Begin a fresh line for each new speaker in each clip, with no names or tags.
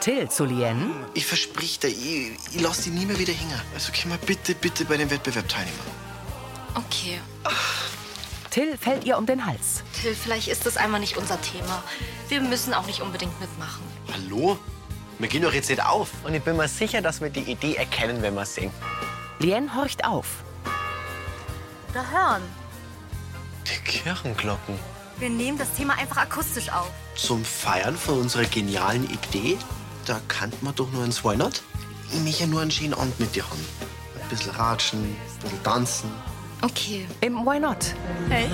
Till zu Lien,
Ich versprich dir, ich, ich lass dich nie mehr wieder hängen. Also komm mal bitte, bitte bei dem Wettbewerb teilnehmen.
Okay.
Till fällt ihr um den Hals.
Till, vielleicht ist das einmal nicht unser Thema. Wir müssen auch nicht unbedingt mitmachen.
Hallo? Wir gehen doch jetzt nicht auf.
Und ich bin mir sicher, dass wir die Idee erkennen, wenn wir es sehen.
Lien horcht auf.
Da hören.
Die Kirchenglocken.
Wir nehmen das Thema einfach akustisch auf.
Zum Feiern von unserer genialen Idee, da kann man doch nur ins Weinert. Ich möchte ja nur einen schönen Abend mit dir haben. Ein bisschen ratschen, ein bisschen tanzen.
Okay.
Im Why Not?
Hey,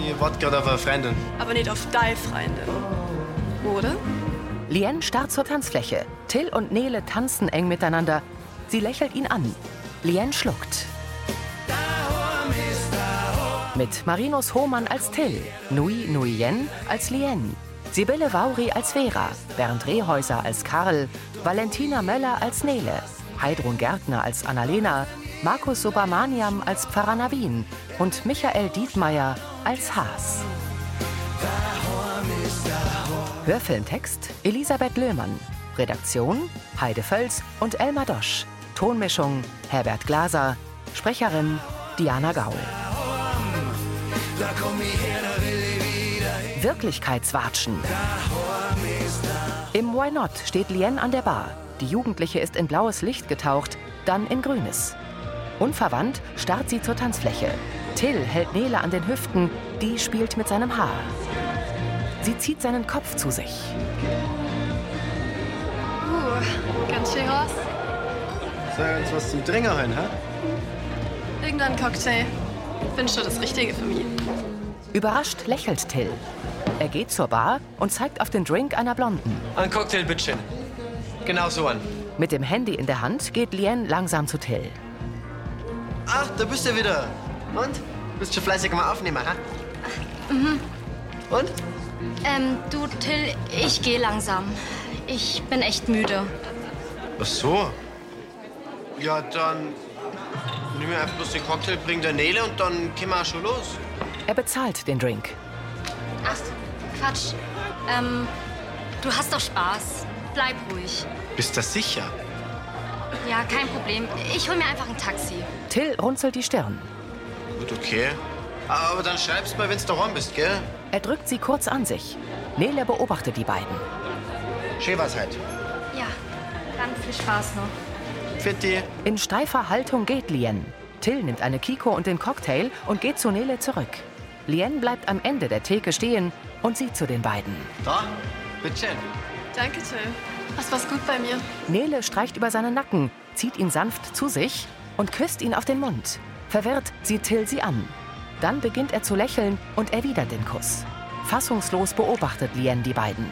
Ich warte gerade auf eine Freundin.
aber nicht auf deine Freundin. Oder?
Lien starrt zur Tanzfläche. Till und Nele tanzen eng miteinander. Sie lächelt ihn an. Lien schluckt. Mit Marinus Hohmann als Till, Nui Nuyen als Lien, Sibylle Vauri als Vera, Bernd Rehäuser als Karl, Valentina Möller als Nele, Heidrun Gärtner als Annalena, Markus Subramaniam als Pfarrer Navin und Michael Dietmeier als Haas. Hörfilmtext Elisabeth Löhmann. Redaktion Heide Völz und Elmar Dosch. Tonmischung Herbert Glaser. Sprecherin Diana Gaul. Wirklichkeitswatschen. Im Why Not steht Lien an der Bar. Die Jugendliche ist in blaues Licht getaucht, dann in grünes. Unverwandt starrt sie zur Tanzfläche. Till hält Nele an den Hüften, die spielt mit seinem Haar. Sie zieht seinen Kopf zu sich.
Uh, ganz schön raus.
Sag uns was zum Trinken rein, hä?
Irgendein Cocktail. Ich bin schon das Richtige für mich.
Überrascht lächelt Till. Er geht zur Bar und zeigt auf den Drink einer Blonden.
Ein Cocktail, bitteschön. Genau so an.
Mit dem Handy in der Hand geht Lien langsam zu Till.
Ach, da bist du wieder. Und? Bist schon fleißig mal aufnehmen, hä? Mhm. Und?
Ähm, du, Till, ich gehe langsam. Ich bin echt müde.
Ach so. Ja, dann nimm mir einfach bloß den Cocktail, bring der Nele und dann können wir auch schon los.
Er bezahlt den Drink.
Ach, Quatsch. Ähm, du hast doch Spaß. Bleib ruhig.
Bist du sicher?
Ja, kein Problem. Ich hol mir einfach ein Taxi.
Till runzelt die Stirn.
Gut, okay. Ah, Aber dann schreib's mal, wenn's daheim bist, gell?
Er drückt sie kurz an sich. Nele beobachtet die beiden.
Schön war's halt.
Ja, dann viel Spaß noch.
Fitti.
In steifer Haltung geht Lien. Till nimmt eine Kiko und den Cocktail und geht zu Nele zurück. Lien bleibt am Ende der Theke stehen und sieht zu den beiden.
Da, bitteschön.
Danke, Till. Das war's gut bei mir.
Nele streicht über seinen Nacken, zieht ihn sanft zu sich und küsst ihn auf den Mund. Verwirrt sieht Till sie an. Dann beginnt er zu lächeln und erwidert den Kuss. Fassungslos beobachtet Lien die beiden.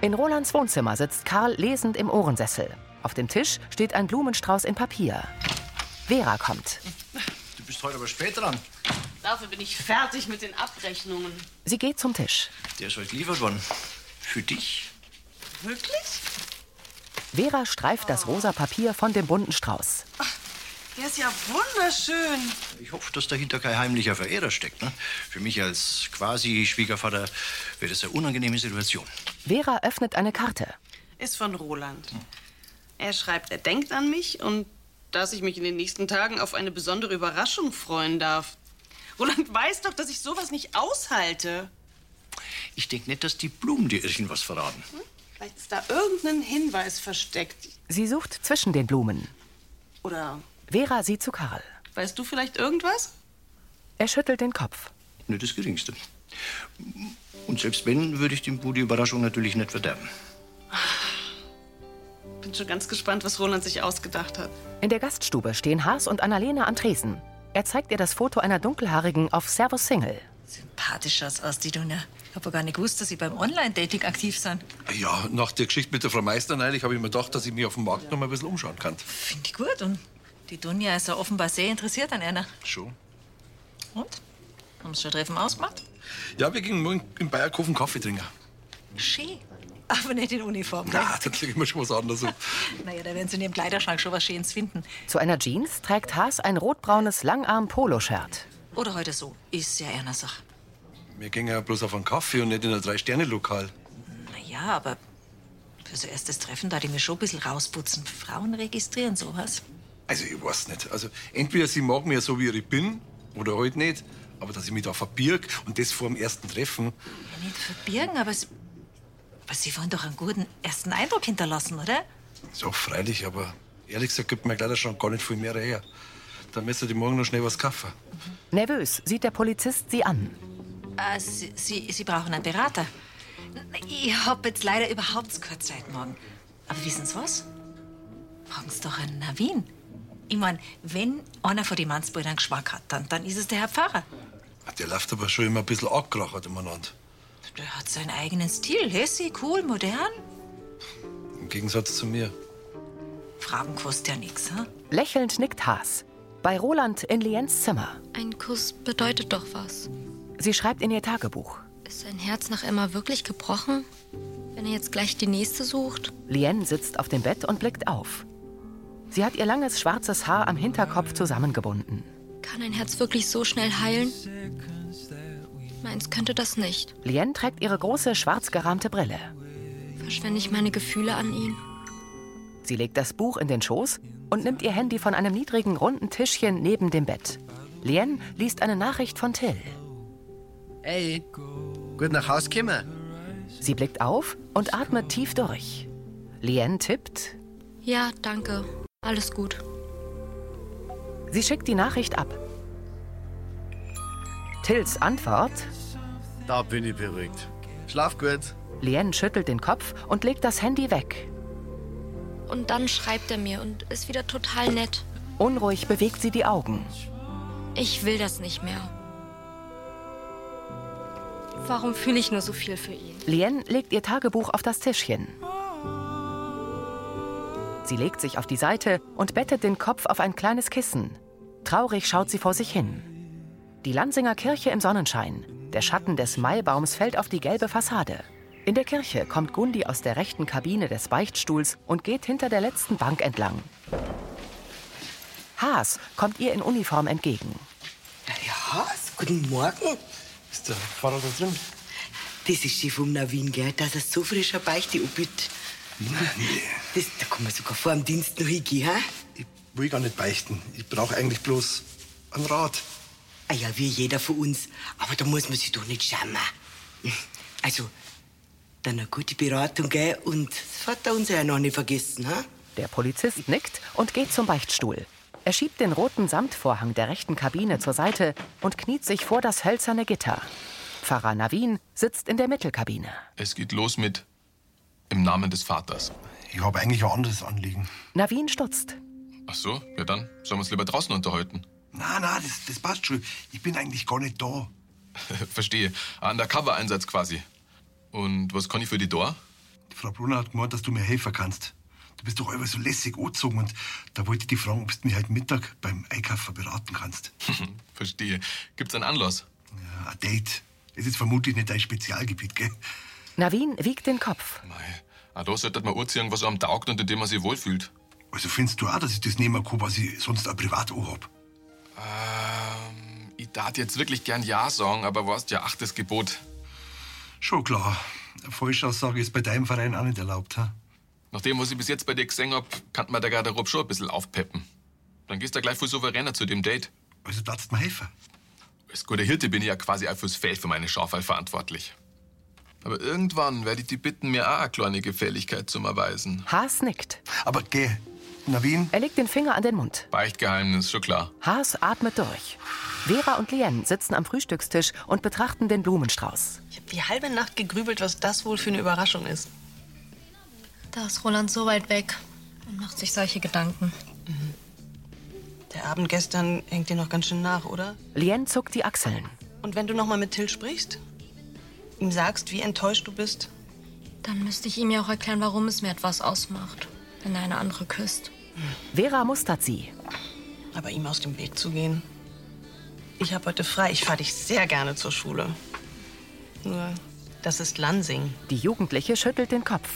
In Rolands Wohnzimmer sitzt Karl lesend im Ohrensessel. Auf dem Tisch steht ein Blumenstrauß in Papier. Vera kommt.
Du bist heute aber spät dran.
Dafür bin ich fertig mit den Abrechnungen.
Sie geht zum Tisch.
Der ist heute geliefert worden. Für dich?
Wirklich?
Vera streift das rosa Papier von dem bunten Strauß.
Der ist ja wunderschön.
Ich hoffe, dass dahinter kein heimlicher Verehrer steckt. Ne? Für mich als quasi Schwiegervater wäre das eine unangenehme Situation.
Vera öffnet eine Karte.
Ist von Roland. Er schreibt, er denkt an mich und dass ich mich in den nächsten Tagen auf eine besondere Überraschung freuen darf. Roland weiß doch, dass ich sowas nicht aushalte.
Ich denke nicht, dass die Blumen dir irgendwas verraten.
Vielleicht ist da irgendein Hinweis versteckt.
Sie sucht zwischen den Blumen.
Oder
Vera sieht zu Karl.
weißt du vielleicht irgendwas?
Er schüttelt den Kopf.
Nicht das Geringste. Und selbst wenn, würde ich dem Bu die Überraschung natürlich nicht verderben.
Bin schon ganz gespannt, was Roland sich ausgedacht hat.
In der Gaststube stehen Haas und Annalena an Tresen. Er zeigt ihr das Foto einer Dunkelhaarigen auf Servus Single.
Sympathisch schaut's aus, die Dunja. Ich habe gar nicht gewusst, dass Sie beim Online-Dating aktiv sind.
Ja, nach der Geschichte mit der Frau Meister neulich habe ich mir gedacht, dass ich mich auf dem Markt noch mal ein bisschen umschauen kann.
Finde ich gut. Und die Dunja ist ja offenbar sehr interessiert an einer.
Schon.
Und? Haben Sie schon ein Treffen ausgemacht?
Ja, wir gingen morgen in Bayerkofen Kaffee trinken.
Schön. Aber nicht in Uniform. gell?
Na, da kriegen wir schon was anderes. auf.
Naja, da werden Sie in Ihrem Kleiderschrank schon was Schönes finden.
Zu einer Jeans trägt Haas ein rotbraunes Langarm-Poloshirt.
Oder heute so. Ist ja eher eine Sache.
Wir gingen ja bloß auf einen Kaffee und nicht in ein Drei-Sterne-Lokal.
Naja, aber Für so erstes Treffen darf ich mir schon ein bisschen rausputzen. Frauen registrieren sowas.
Also, ich weiß nicht. Also, entweder sie mag mich ja so, wie ich bin, oder halt nicht. Aber dass ich mich da verbirg und das vor dem ersten Treffen.
Ja, nicht verbirgen, aber, s- aber Sie wollen doch einen guten ersten Eindruck hinterlassen, oder?
So, freilich, aber ehrlich gesagt gibt mir leider schon gar nicht viel mehr her. Dann müsst ihr die morgen noch schnell was kaufen.
Nervös sieht der Polizist sie an.
Äh, Sie, Sie, Sie brauchen einen Berater. Ich hab jetzt leider überhaupt keine Zeit morgen. Aber wissen Sie was? Fragen Sie doch einen nach Wien. Ich mein, wenn einer von den Mannsbrüdern einen Geschmack hat, dann, dann ist es der Herr Pfarrer.
Der läuft aber schon immer ein bisschen abgerachert umeinander.
Der hat seinen eigenen Stil. Lässig, cool, modern.
Im Gegensatz zu mir.
Fragen kostet ja nichts, hm?
Lächelnd nickt Haas. Bei Roland in Liens Zimmer.
Ein Kuss bedeutet doch was.
Sie schreibt in ihr Tagebuch.
Ist sein Herz nach Emma wirklich gebrochen? Wenn er jetzt gleich die nächste sucht?
Lien sitzt auf dem Bett und blickt auf. Sie hat ihr langes schwarzes Haar am Hinterkopf zusammengebunden.
Kann ein Herz wirklich so schnell heilen? Meins könnte das nicht.
Lien trägt ihre große schwarz gerahmte Brille.
Verschwende ich meine Gefühle an ihn?
Sie legt das Buch in den Schoß und nimmt ihr Handy von einem niedrigen runden Tischchen neben dem Bett. Lien liest eine Nachricht von Till.
Ey, gut nach Haus gekommen.
Sie blickt auf und atmet tief durch. Lien tippt.
Ja, danke. Alles gut.
Sie schickt die Nachricht ab. Tills Antwort
Da bin ich beruhigt. Schlaf gut.
Lien schüttelt den Kopf und legt das Handy weg.
Und dann schreibt er mir und ist wieder total nett.
Unruhig bewegt sie die Augen.
Ich will das nicht mehr. Warum fühle ich nur so viel für ihn?
Lien legt ihr Tagebuch auf das Tischchen. Sie legt sich auf die Seite und bettet den Kopf auf ein kleines Kissen. Traurig schaut sie vor sich hin. Die Lansinger Kirche im Sonnenschein. Der Schatten des Maibaums fällt auf die gelbe Fassade. In der Kirche kommt Gundi aus der rechten Kabine des Beichtstuhls und geht hinter der letzten Bank entlang. Haas kommt ihr in Uniform entgegen.
Ja, guten Morgen. Ist der Pfarrer da drin? Das ist schön vom Navin, gell, dass er so frisch eine Beichte anbietet. Das, da kann man sogar vor dem Dienst noch hingehen, hä?
Will gar nicht beichten. Ich brauche eigentlich bloß einen Rat.
Ah ja, wie jeder von uns. Aber da muss man sich doch nicht schämen. Also, dann eine gute Beratung, gell? Und das Vater unser ja noch nicht vergessen, hä?
Der Polizist nickt und geht zum Beichtstuhl. Er schiebt den roten Samtvorhang der rechten Kabine zur Seite und kniet sich vor das hölzerne Gitter. Pfarrer Navin sitzt in der Mittelkabine.
Es geht los mit Im Namen des Vaters.
Ich habe eigentlich ein anderes Anliegen.
Navin stutzt.
Ach so, ja dann sollen wir uns lieber draußen unterhalten.
Na, na, das, das passt schon. Ich bin eigentlich gar nicht da.
Verstehe. Ah, Ein Undercover-Einsatz quasi. Und was kann ich für die da?
Die Frau Brunner hat gemeint, dass du mir helfen kannst. Du bist doch immer so lässig angezogen und da wollte ich dich fragen, ob du mir heute Mittag beim Einkaufen beraten kannst.
Verstehe. Gibt's einen Anlass?
Ja, ein Date. Es ist vermutlich nicht dein Spezialgebiet, gell?
Navin wiegt den Kopf.
Ah, da sollte man urziehen, was einem taugt und in dem man sich wohlfühlt.
Also findest du auch, dass ich das nehmen kann, was ich sonst auch privat anhab?
Ähm, ich darf jetzt wirklich gern Ja sagen, aber weißt ja, achtes Gebot.
Schon klar. Eine Falschaussage ist bei deinem Verein auch nicht erlaubt, ha?
Nach dem, was ich bis jetzt bei dir gesehen hab, kann man der Garderobe schon ein bisschen aufpeppen. Dann gehst du gleich viel souveräner zu dem Date.
Also darfst du mir helfen.
Als guter Hirte bin ich ja quasi auch fürs Feld für meine Schafe verantwortlich. Aber irgendwann werde ich die bitten, mir auch eine kleine Gefälligkeit zu erweisen.
Haas nickt.
Aber geh. Navin?
Er legt den Finger an den Mund.
Beichtgeheimnis, schon klar.
Haas atmet durch. Vera und Lien sitzen am Frühstückstisch und betrachten den Blumenstrauß.
Die halbe Nacht gegrübelt, was das wohl für eine Überraschung ist.
Da ist Roland so weit weg und macht sich solche Gedanken.
Der Abend gestern hängt dir noch ganz schön nach, oder?
Lien zuckt die Achseln.
Und wenn du noch mal mit Till sprichst, ihm sagst, wie enttäuscht du bist,
Dann müsste ich ihm ja auch erklären, warum es mir etwas ausmacht, wenn er eine andere küsst.
Vera mustert sie.
aber ihm aus dem Weg zu gehen. Ich habe heute frei. Ich fahre dich sehr gerne zur Schule. Nur, das ist Lansing.
Die Jugendliche schüttelt den Kopf.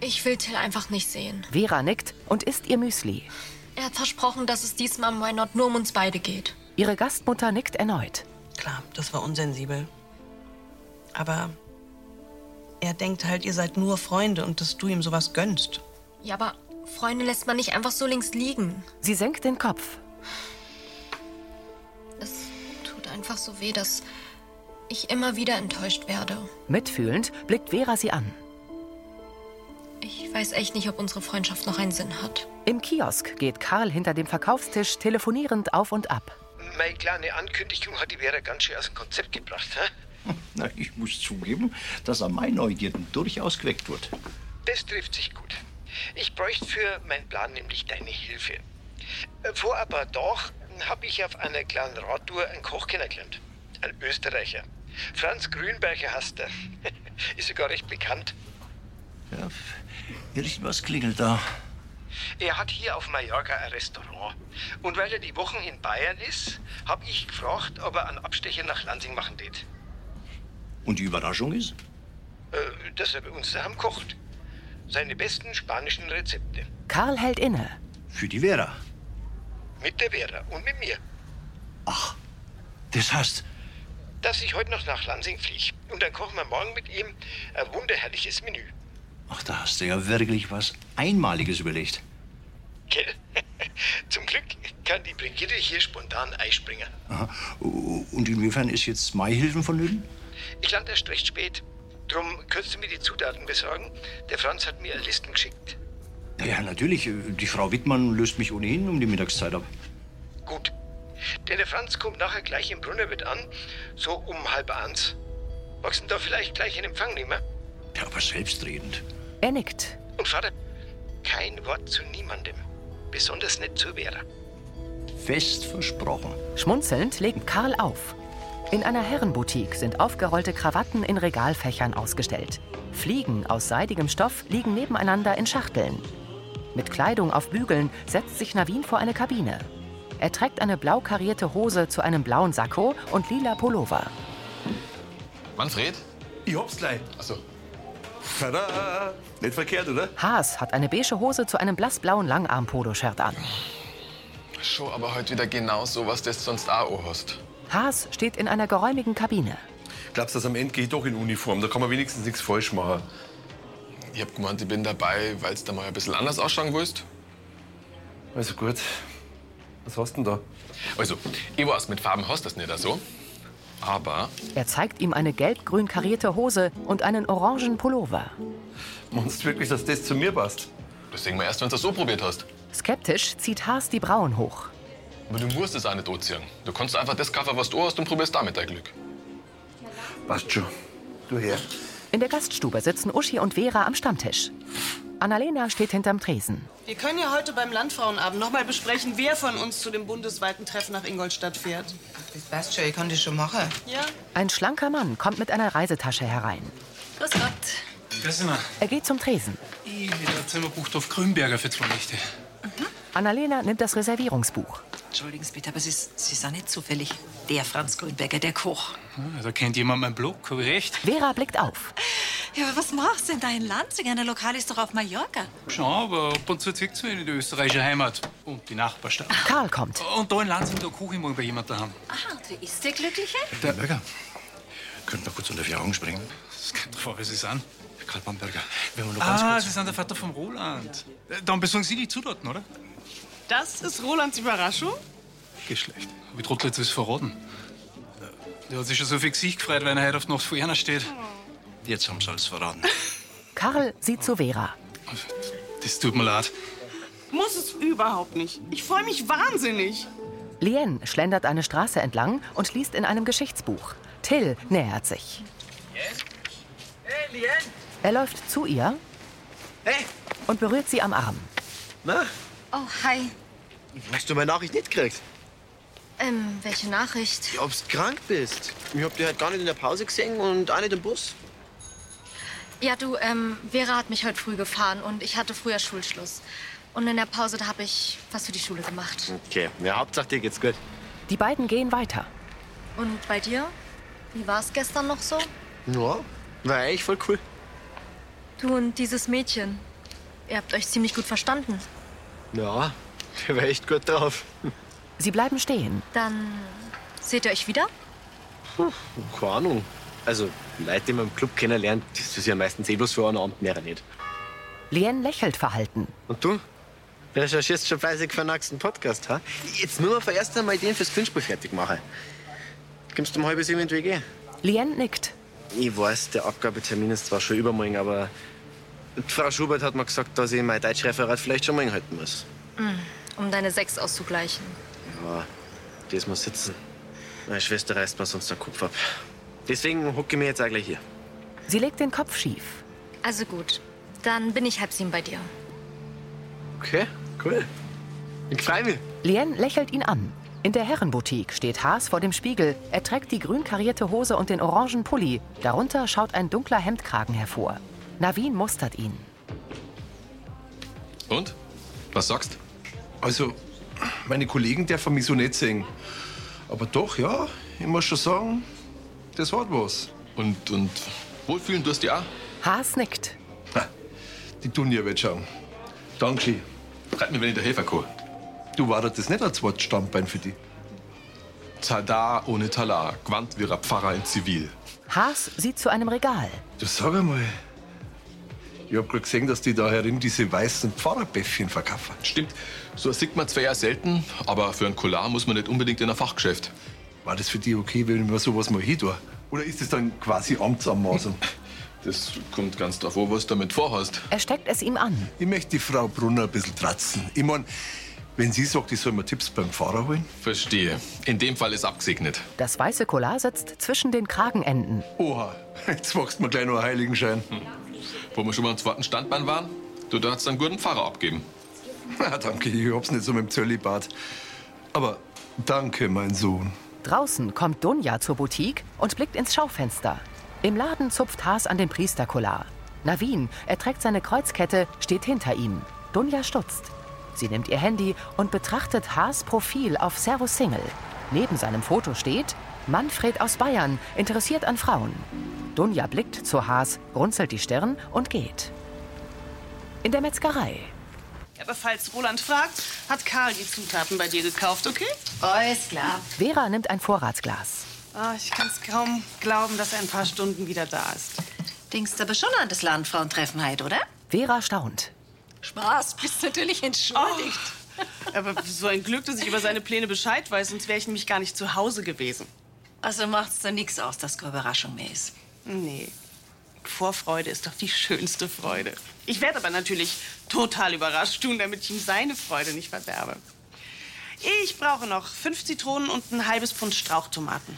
Ich will Till einfach nicht sehen.
Vera nickt und isst ihr Müsli.
Er hat versprochen, dass es diesmal am Why Not nur um uns beide geht.
Ihre Gastmutter nickt erneut.
Klar, das war unsensibel. Aber Er denkt halt, ihr seid nur Freunde und dass du ihm sowas gönnst.
Ja, aber Freunde lässt man nicht einfach so links liegen.
Sie senkt den Kopf.
Es tut einfach so weh, dass ich immer wieder enttäuscht werde.
Mitfühlend blickt Vera sie an.
Ich weiß echt nicht, ob unsere Freundschaft noch einen Sinn hat.
Im Kiosk geht Karl hinter dem Verkaufstisch telefonierend auf und ab.
Meine kleine Ankündigung hat die Vera ganz schön aus dem Konzept gebracht. Hä?
Hm, Na, ich muss zugeben, dass er mein Neugierden durchaus geweckt wird.
Das trifft sich gut. Ich bräuchte für meinen Plan nämlich deine Hilfe. Äh, Vor ein paar Tagen habe ich auf einer kleinen Radtour einen Koch kennengelernt. Ein Österreicher. Franz Grünberger heißt er. Ist sogar recht bekannt.
Ja, irgendwas klingelt da.
Er hat hier auf Mallorca ein Restaurant. Und weil er die Wochen in Bayern ist, habe ich gefragt, ob er einen Abstecher nach Lansing machen tät.
Und die Überraschung ist?
Äh, dass er bei uns daheim kocht. Seine besten spanischen Rezepte.
Karl hält inne.
Für die Vera.
Mit der Vera und mit mir.
Das heißt,
Dass ich heute noch nach Lansing fliege. Und dann kochen wir morgen mit ihm ein wunderherrliches Menü.
ach, da hast du ja wirklich was Einmaliges überlegt.
Gell? Zum Glück kann die Brigitte hier spontan einspringen.
Aha. Und inwiefern ist jetzt Maihilfen vonnöten?
Ich lande erst recht spät. Drum könntest du mir die Zutaten besorgen. Der Franz hat mir eine Listen geschickt.
Ja, natürlich. Die Frau Wittmann löst mich ohnehin um die Mittagszeit ab.
Gut. Denn der Franz kommt nachher gleich im Brunnerwirt an. So um halb eins. Magst du ihn da vielleicht gleich in Empfang nehmen?
Ja, aber selbstredend.
Er nickt.
Und Vater, kein Wort zu niemandem. Besonders nicht zu Vera.
Fest versprochen.
Schmunzelnd legt Karl auf. In einer Herrenboutique sind aufgerollte Krawatten in Regalfächern ausgestellt. Fliegen aus seidigem Stoff liegen nebeneinander in Schachteln. Mit Kleidung auf Bügeln setzt sich Navin vor eine Kabine. Er trägt eine blau karierte Hose zu einem blauen Sakko und lila Pullover.
Manfred?
Ich hab's gleich. Achso. Tada! Nicht verkehrt, oder?
Haas hat eine beige Hose zu einem blassblauen Langarmpoloshirt an.
Schon aber heute wieder genau so, was du sonst auch hast.
Haas steht in einer geräumigen Kabine.
Glaubst du, dass am Ende gehe ich doch in Uniform? Da kann man wenigstens nichts falsch machen.
Ich hab gemeint, ich bin dabei, weil es da mal ein bisschen anders ausschauen willst.
Also gut. Was hast du denn da?
Also, ich weiß, mit Farben hast du das nicht so. Aber
Er zeigt ihm eine gelb-grün karierte Hose und einen orangen Pullover.
Meinst du wirklich, dass das zu mir passt?
das sehen wir erst, wenn du das so probiert hast.
Skeptisch zieht Haas die Brauen hoch.
Aber du musst es auch nicht anziehen. Du kannst einfach das kaufen, was du hast und probierst damit dein Glück.
Passt schon. Du her.
In der Gaststube sitzen Uschi und Vera am Stammtisch. Annalena steht hinterm Tresen.
Wir können ja heute beim Landfrauenabend nochmal besprechen, wer von uns zu dem bundesweiten Treffen nach Ingolstadt fährt.
Das passt schon, ich kann das schon machen.
Ja.
Ein schlanker Mann kommt mit einer Reisetasche herein.
Grüß Gott.
Grüß dich,
Er geht zum Tresen.
ich bin der Zimmer bucht auf Grünberger für zwei Nächte.
Annalena nimmt das Reservierungsbuch.
Entschuldigen Sie bitte, aber Sie, Sie sind nicht zufällig. Der Franz Grünberger, der Koch.
Ah, Da kennt jemand meinen Blog, hab ich recht.
Vera blickt auf.
Ja, aber was machst du denn da in Lanzing? Ein Lokal ist doch auf Mallorca.
Schon, aber ab und zu zieht's mich in die österreichische Heimat und die Nachbarstadt.
Karl kommt.
Und da in Lansing, da koche ich mal bei jemand daheim.
Ah, und wie ist der Glückliche?
Der Burger?
Könnten wir kurz unter vier Augen springen?
Das kommt drauf, was ist an.
Karl Bamberger, wenn wir nur ganz
Ah,
kurz...
Sie sind der Vater vom Roland. Äh, Dann besorgen Sie die Zutaten, oder?
Das ist Rolands Überraschung?
Geschlecht. Hab ich trotzdem jetzt verraten. Der hat sich schon so viel Gesicht gefreut, wenn er heute auf die Nacht vor einer steht.
Jetzt haben sie alles verraten.
Karl sieht zu Vera.
Das tut mir leid.
Muss es überhaupt nicht. Ich freue mich wahnsinnig.
Lien schlendert eine Straße entlang und liest in einem Geschichtsbuch. Till nähert sich.
Hey, Lien!
Er läuft zu ihr und berührt sie am Arm.
Na,
Oh, hi.
hast du meine Nachricht nicht gekriegt?
Ähm, welche Nachricht?
Ja, ob's krank bist. Ich hab dich halt gar nicht in der Pause gesehen und auch nicht im Bus.
Ja, du, ähm, Vera hat mich heute früh gefahren und ich hatte früher Schulschluss. Und in der Pause, da habe ich was für die Schule gemacht.
Okay, ja, Hauptsache dir geht's gut.
Die beiden gehen weiter.
Und bei dir? Wie war es gestern noch so?
Ja, war eigentlich voll cool.
Du und dieses Mädchen. Ihr habt euch ziemlich gut verstanden.
Ja, der war echt gut drauf.
Sie bleiben stehen.
Dann seht ihr euch wieder?
Keine Ahnung. Also,
Leute, die man im Club kennenlernt, das ist ja meistens eh bloß für einen Abend mehr nicht.
Lien lächelt verhalten.
Und du? Recherchierst schon fleißig für den nächsten Podcast, ha? Jetzt müssen wir vorerst einmal den fürs Gewinnspiel fertig machen. Gibst du um halb sieben in die WG?
Lien nickt.
Ich weiß, der Abgabetermin ist zwar schon übermorgen, aber die Frau Schubert hat mir gesagt, dass ich mein Deutschreferat vielleicht schon morgen halten muss.
Hm, Um deine sechs auszugleichen.
Ja, das muss sitzen. Meine Schwester reißt mir sonst den Kopf ab. Deswegen hocke ich mir jetzt auch gleich hier.
Sie legt den Kopf schief.
Also gut, dann bin ich halb sieben bei dir.
Okay, cool. Ich freue mich.
Lien lächelt ihn an. In der Herrenboutique steht Haas vor dem Spiegel. Er trägt die grün karierte Hose und den orangen Pulli. Darunter schaut ein dunkler Hemdkragen hervor. Navin mustert ihn.
Und? Was sagst?
Also, meine Kollegen dürfen mich so nicht sehen. Aber doch, ja, ich muss schon sagen, das hat was.
Und, und wohlfühlen tust du auch?
Haas nickt.
Die tun ja weh schauen. Dankeschön.
Freut mich, wenn ich dir helfen kann.
Du war doch das nicht ein zweites Stammbein für dich.
Tada ohne Talar, Quant wie ein Pfarrer in Zivil.
Haas sieht zu einem Regal.
Du sag einmal, ich hab grad gesehen, dass die da herin diese weißen Pfarrerbäffchen verkaufen.
Stimmt, so sieht man zwar eher selten, aber für einen Collar muss man nicht unbedingt in ein Fachgeschäft.
War das für dich okay, wenn ich mir sowas mal hin tue? Oder ist das dann quasi Amtsanmaßung?
Das kommt ganz drauf an, was du damit vorhast.
Er steckt es ihm an.
Ich möchte die Frau Brunner ein bisschen tratzen. Ich mein, wenn sie sagt, ich soll mir Tipps beim Fahrer holen.
Verstehe. In dem Fall ist abgesegnet.
Das weiße Collar sitzt zwischen den Kragenenden.
Oha, jetzt wachst mir gleich noch einen Heiligenschein.
Hm. Wo wir schon mal am zweiten Standbein waren, du darfst einen guten Pfarrer abgeben.
Na, danke, ich hab's nicht so mit dem Zölibat. Aber danke, mein Sohn.
Draußen kommt Dunja zur Boutique und blickt ins Schaufenster. Im Laden zupft Haas an den Priesterkollar. Navin, er trägt seine Kreuzkette, steht hinter ihm. Dunja stutzt. Sie nimmt ihr Handy und betrachtet Haas Profil auf Servus Single. Neben seinem Foto steht Manfred aus Bayern, interessiert an Frauen. Dunja blickt zu Haas, runzelt die Stirn und geht. In der Metzgerei.
Aber falls Roland fragt, hat Karl die Zutaten bei dir gekauft, okay? Alles klar.
Vera nimmt ein Vorratsglas.
Ah, ich kann es kaum glauben, dass er ein paar Stunden wieder da ist.
Denkst aber schon an das Landfrauentreffen heute, oder?
Vera staunt.
Spaß, bist natürlich entschuldigt.
Oh. Aber so ein Glück, dass ich über seine Pläne Bescheid weiß, sonst wäre ich nämlich gar nicht zu Hause gewesen.
Also macht's da nichts aus, dass keine Überraschung mehr ist.
Nee. Vorfreude ist doch die schönste Freude. Ich werde aber natürlich total überrascht tun, damit ich ihm seine Freude nicht verderbe. Ich brauche noch fünf Zitronen und ein halbes Pfund Strauchtomaten.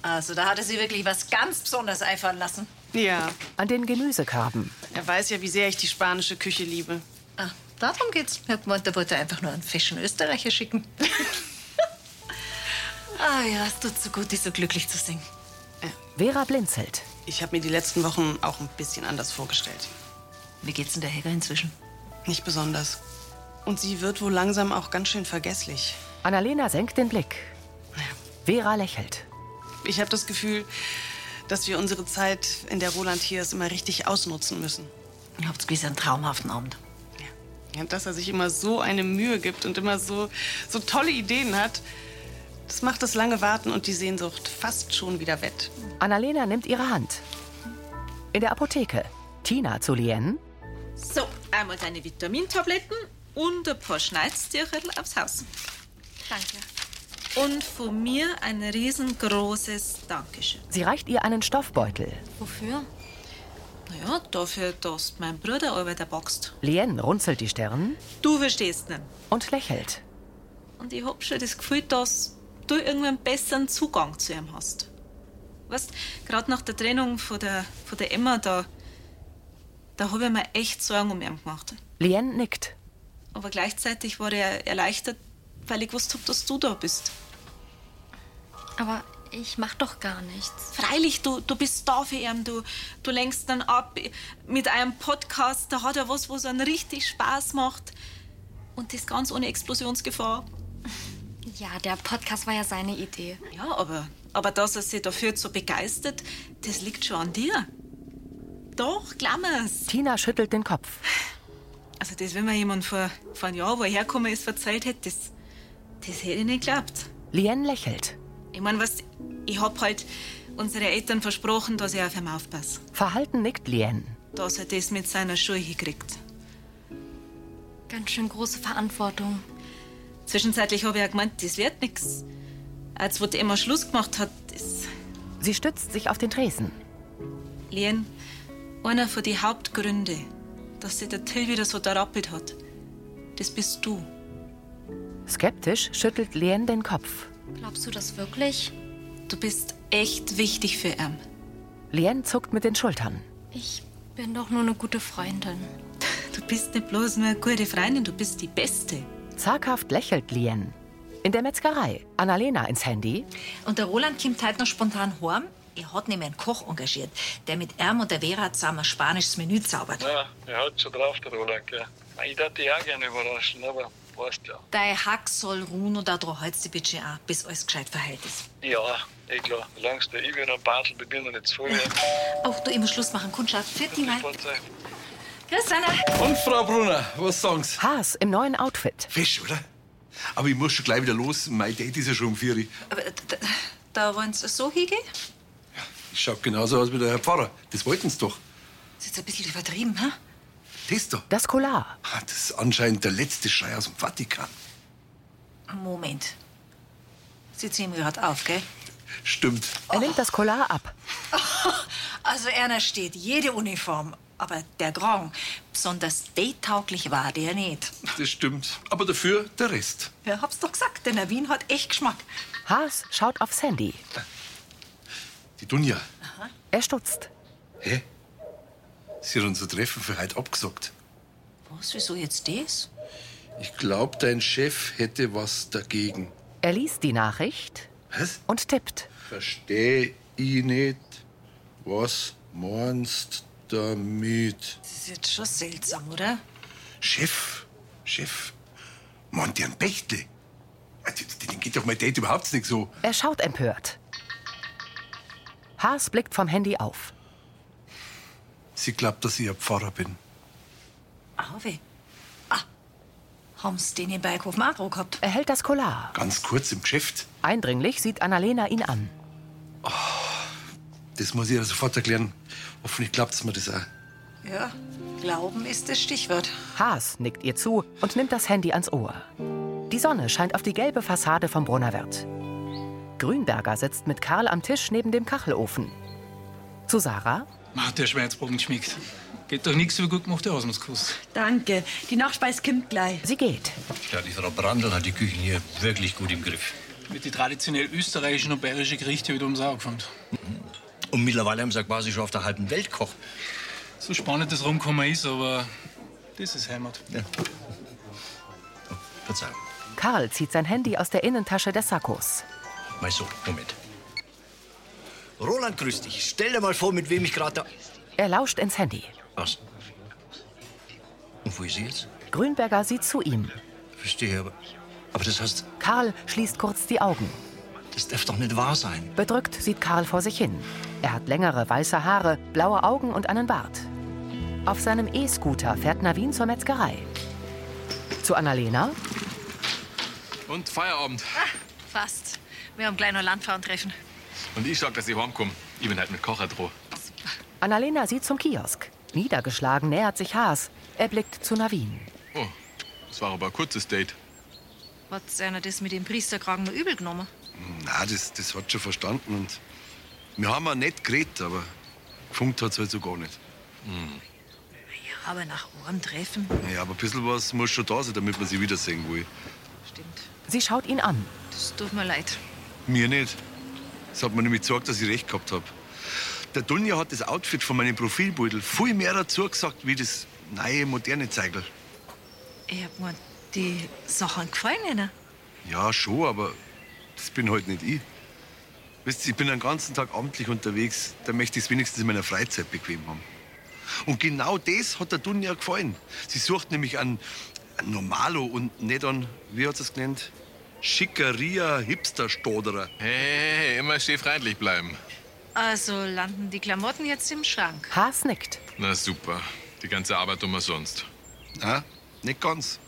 Also da hatte sie wirklich was ganz Besonderes einfallen lassen.
Ja.
An den Gemüsekörben.
Er weiß ja, wie sehr ich die spanische Küche liebe.
Ah, darum geht's. Ich hab gemeint, da wollte er einfach nur einen feschen Österreicher schicken. ah ja, es tut so gut, dich so glücklich zu sehen.
Äh, Vera blinzelt.
Ich habe mir die letzten Wochen auch ein bisschen anders vorgestellt.
Wie geht's denn der Helga inzwischen?
Nicht besonders. Und sie wird wohl langsam auch ganz schön vergesslich.
Annalena senkt den Blick. Vera lächelt.
Ich habe das Gefühl, dass wir unsere Zeit, in der Roland hier ist, immer richtig ausnutzen müssen.
Ihr habt gewiss einen traumhaften Abend.
Ja, dass er sich immer so eine Mühe gibt und immer so, so tolle Ideen hat, das macht das lange Warten und die Sehnsucht fast schon wieder wett.
Annalena nimmt ihre Hand. In der Apotheke. Tina zu Lien.
So, einmal deine Vitamintabletten und ein paar Schneidstierchen aufs Haus.
Danke.
Und von mir ein riesengroßes Dankeschön.
Sie reicht ihr einen Stoffbeutel.
Wofür? Naja, dafür, dass mein Bruder Arbeit erboxt.
Lien runzelt die Stirn
Du verstehst ihn.
und lächelt.
Und ich hab schon das Gefühl, dass du irgendwann besseren Zugang zu ihm hast. Weißt, gerade nach der Trennung von der, von der Emma, da, da hab ich mir echt Sorgen um ihn gemacht.
Lien nickt.
Aber gleichzeitig war ich erleichtert, weil ich gewusst hab, dass du da bist.
Aber ich mach doch gar nichts.
Freilich, du, du bist da für ihn, du, du lenkst dann ab mit einem Podcast, da hat er was, was einen richtig Spaß macht. Und das ganz ohne Explosionsgefahr.
Ja, der Podcast war ja seine Idee.
Ja, aber, aber dass er sich dafür so begeistert, das liegt schon an dir. Doch, Klammers.
Tina schüttelt den Kopf.
Also, das, wenn mir jemand vor, vor einem Jahr, wo er hergekommen ist, verzeiht hätte, das, das hätte ich nicht geglaubt.
Lien lächelt.
Ich meine, was, ich hab halt unsere Eltern versprochen, dass ich auf ihn aufpasse.
Verhalten nickt Lien.
Dass er das mit seiner Schule hinkriegt.
Ganz schön große Verantwortung.
Zwischenzeitlich habe ich auch gemeint, das wird nichts. Als wo die Emma Schluss gemacht hat, das.
Sie stützt sich auf den Tresen.
Lien, einer von den Hauptgründe, dass sich der Till wieder so darappelt hat, das bist du.
Skeptisch schüttelt Lien den Kopf.
Glaubst du das wirklich?
Du bist echt wichtig für ihn.
Lien zuckt mit den Schultern.
Ich bin doch nur eine gute Freundin.
Du bist nicht bloß nur eine gute Freundin, du bist die Beste.
Zaghaft lächelt Lien. In der Metzgerei. Annalena ins Handy.
Und der Roland kommt heute noch spontan heim. Er hat nämlich einen Koch engagiert, der mit Erm und der Vera zusammen ein spanisches Menü zaubert.
Ja, er hat schon drauf, der Roland, gell? Ich dachte dich auch gerne überraschen, aber weißt ja.
Dein Hack soll ruhen und auch hältst du bitte an, bis alles gescheit verheilt ist.
Ja, eh klar. Solange es der Igel am Bartel beginnt und nicht zu früh.
Auch du immer Schluss machen, Kundschaft. Viertel Mal. Grüß Anna.
Und Frau Brunner, was sagen Sie?
Haas im neuen Outfit.
Fisch, oder? Aber ich muss schon gleich wieder los. Mein Date ist ja schon um vier. Uhr.
Aber da, da wollen Sie so hingehen?
Ich schau genauso aus wie der Herr Pfarrer. Das wollten Sie doch.
Ist jetzt ein bisschen übertrieben, hä?
Das da.
Das Collar.
Ah, Das ist anscheinend der letzte Schrei aus dem Vatikan.
Moment. Sie ziehen mir gerade auf, gell?
Stimmt.
Er nimmt das Collar ab.
Also Erna steht jede Uniform, aber der Grand, besonders date-tauglich war der nicht.
Das stimmt. Aber dafür der Rest.
Ja, hab's doch gesagt, der Navin hat echt Geschmack.
Haas schaut aufs Handy.
Die Dunja.
Er stutzt.
Hä? Sie hat unser Treffen für heute abgesagt.
Was, wieso jetzt das?
Ich glaub, dein Chef hätte was dagegen.
Er liest die Nachricht
Was?
und tippt.
Versteh ich nicht. Was meinst damit?
Das ist jetzt schon seltsam, oder?
Chef, Chef, meint ihr einen Bechtle? Den geht doch mein Date überhaupt nicht so.
Er schaut empört. Haas blickt vom Handy auf.
Sie glaubt, dass ich ein Pfarrer bin.
Auwe. Ah, haben's den in Berghofen auch gehabt?
Er hält das Collar.
Ganz kurz im Geschäft.
Eindringlich sieht Annalena ihn an.
Das muss ich ihr sofort erklären. Hoffentlich glaubt's mir das auch.
Ja, Glauben ist das Stichwort.
Haas nickt ihr zu und nimmt das Handy ans Ohr. Die Sonne scheint auf die gelbe Fassade vom Brunnerwirt. Grünberger sitzt mit Karl am Tisch neben dem Kachelofen. Zu Sarah.
Macht der Schweinsbogen geschmeckt. Geht doch nichts über gut gemachte Hausmannskost.
Danke. Die Nachspeis kommt gleich.
Sie geht.
Ja, die Frau Brandl hat die Küchen hier wirklich gut im Griff.
Mit den traditionell österreichischen und bayerischen Gerichten wieder ums Auge gefangen.
Und mittlerweile haben sie ja quasi schon auf der halben Welt gekocht.
So spannend das Rumkommen ist, aber das ist Heimat.
Ja. Verzeihung.
Karl zieht sein Handy aus der Innentasche des Sakkos.
Mal so, Moment. Roland, grüß dich. Stell dir mal vor, mit wem ich gerade da...
Er lauscht ins Handy.
Was? Und wo ist sie jetzt?
Grünberger sieht zu ihm.
Verstehe, aber... Aber das heißt,
Karl schließt kurz die Augen.
das darf doch nicht wahr sein.
Bedrückt sieht Karl vor sich hin. Er hat längere weiße Haare, blaue Augen und einen Bart. Auf seinem E-Scooter fährt Navin zur Metzgerei. Zu Annalena.
Und Feierabend.
Fast. Wir haben gleich noch Landfrauentreffen.
Und ich schau, dass ich heimkomme. Ich bin halt mit Kocher droh.
Annalena sieht zum Kiosk. Niedergeschlagen nähert sich Haas. Er blickt zu Navin.
Oh, das war aber ein kurzes Date.
Hat einer das mit dem Priesterkragen nur übel genommen?
Na, das, das hat schon verstanden. Und wir haben auch nett geredet, aber gefunkt hat's halt so gar nicht.
Ja, aber nach einem Treffen.
Ja, aber ein bisschen was muss schon da sein, damit man sie wiedersehen will.
Sie schaut ihn an.
Das tut mir leid.
Mir nicht. Das hat mir nämlich gezeigt, dass ich recht gehabt habe. Der Dunja hat das Outfit von meinem Profilbeutel viel mehr dazu gesagt, wie das neue, moderne Zeigel.
Ich hab mir die Sachen gefallen ihnen.
Ja, schon, aber das bin halt nicht ich. Wisst ihr, ich bin den ganzen Tag amtlich unterwegs. Da möchte ich es wenigstens in meiner Freizeit bequem haben. Und genau das hat der Dunja gefallen. Sie sucht nämlich an Normalo und nicht an, wie hat sie es genannt? Schickeria Hipster-Stoderer.
Hey, immer schön freundlich bleiben.
Also landen die Klamotten jetzt im Schrank.
Haas nickt.
Na super. Die ganze Arbeit umsonst.
Na, nicht ganz.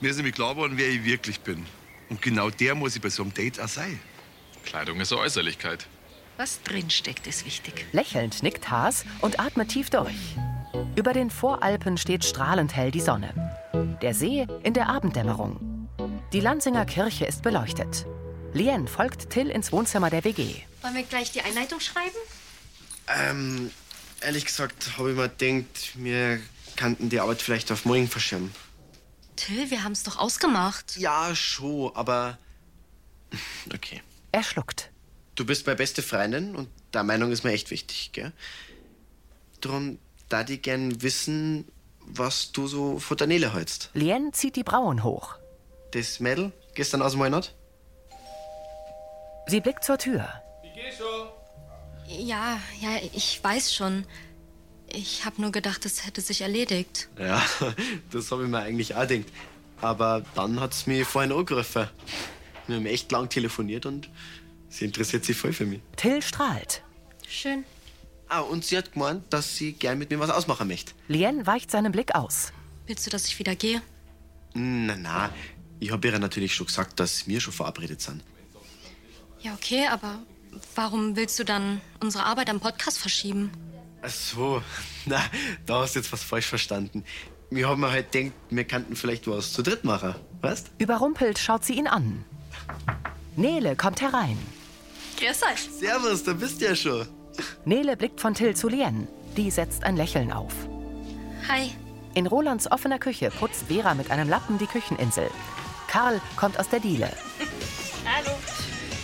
Mir ist nämlich klar geworden, wer ich wirklich bin. Und genau der muss ich bei so einem Date auch sein.
Kleidung ist eine Äußerlichkeit.
Was drinsteckt, ist wichtig.
Lächelnd nickt Haas und atmet tief durch. Über den Voralpen steht strahlend hell die Sonne. Der See in der Abenddämmerung. Die Lansinger Kirche ist beleuchtet. Lien folgt Till ins Wohnzimmer der WG.
Wollen wir gleich die Einleitung schreiben?
Ähm, ehrlich gesagt habe ich mir gedacht, wir könnten die Arbeit vielleicht auf morgen verschirmen.
Till, wir haben es doch ausgemacht.
Ja, schon, aber. Okay.
Er schluckt.
Du bist meine beste Freundin und deine Meinung ist mir echt wichtig, gell? Drum, da die gern wissen, was du so von der Nele hältst.
Lien zieht die Brauen hoch.
Das Mädel gestern aus dem Weinert?
Sie blickt zur Tür.
Ja, ja, ich weiß schon. Ich habe nur gedacht, es hätte sich erledigt.
Ja, das habe ich mir eigentlich auch gedacht. Aber dann hat es mich vorhin angegriffen. Wir haben echt lang telefoniert und sie interessiert sich voll für mich.
Till strahlt.
Schön.
Ah, und sie hat gemeint, dass sie gern mit mir was ausmachen möchte.
Lien weicht seinem Blick aus.
Willst du, dass ich wieder gehe?
Na, na, ich habe ihr natürlich schon gesagt, dass wir schon verabredet sind.
Ja, okay, aber warum willst du dann unsere Arbeit am Podcast verschieben?
Ach so, na, da hast du jetzt was falsch verstanden. Wir haben mir halt gedacht, wir könnten vielleicht was zu dritt machen, weißt?
Überrumpelt schaut sie ihn an. Nele kommt herein.
Grüß euch.
Servus, da bist du ja schon.
Nele blickt von Till zu Lien. Die setzt ein Lächeln auf.
Hi.
In Rolands offener Küche putzt Vera mit einem Lappen die Kücheninsel. Karl kommt aus der Diele.
Hallo.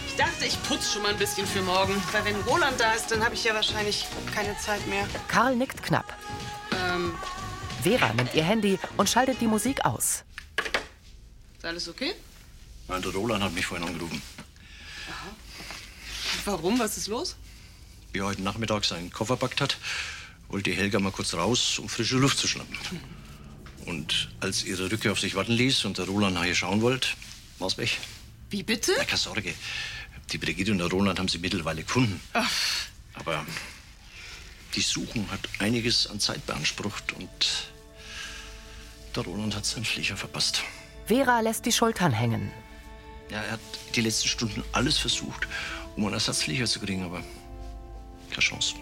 Ich dachte, ich putze schon mal ein bisschen für morgen. Weil wenn Roland da ist, dann habe ich ja wahrscheinlich keine Zeit mehr.
Karl nickt knapp.
Ähm,
Vera nimmt ihr Handy und schaltet die Musik aus.
ist alles okay?
Nein, der Roland hat mich vorhin angerufen.
Warum? Was ist los?
Wie er heute Nachmittag seinen Koffer packt hat, wollte die Helga mal kurz raus, um frische Luft zu schnappen. Und als ihre Rückkehr auf sich warten ließ und der Roland nachher schauen wollte, war's weg.
Wie bitte?
Na, keine Sorge. Die Brigitte und der Roland haben sie mittlerweile gefunden. Aber die Suchung hat einiges an Zeit beansprucht und der Roland hat seinen Flieger verpasst.
Vera lässt die Schultern hängen.
Ja, er hat die letzten Stunden alles versucht, um einen Ersatzflieger zu kriegen, aber keine Chance.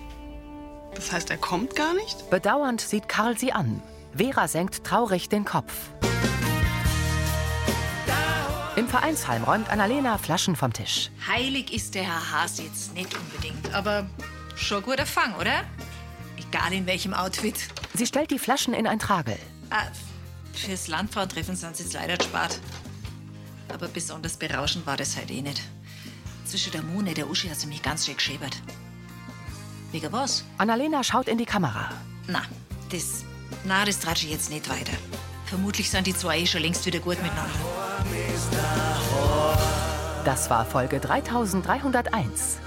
Das heißt, er kommt gar nicht?
Bedauernd sieht Karl sie an. Vera senkt traurig den Kopf. Im Vereinsheim räumt Annalena Flaschen vom Tisch.
Heilig ist der Herr Haas jetzt nicht unbedingt, aber schon guter Fang, oder? Egal in welchem Outfit.
Sie stellt die Flaschen in ein Tragel.
Ah, fürs Landfrauentreffen sind sie jetzt leider gespart. Aber besonders berauschend war das halt eh nicht. Zwischen der Mone und der Uschi hat sie mich ganz schön geschäbert. Wegen was?
Annalena schaut in die Kamera.
Na, das. Na, das tratsche ich jetzt nicht weiter. Vermutlich sind die zwei eh schon längst wieder gut miteinander.
Das war Folge 3301.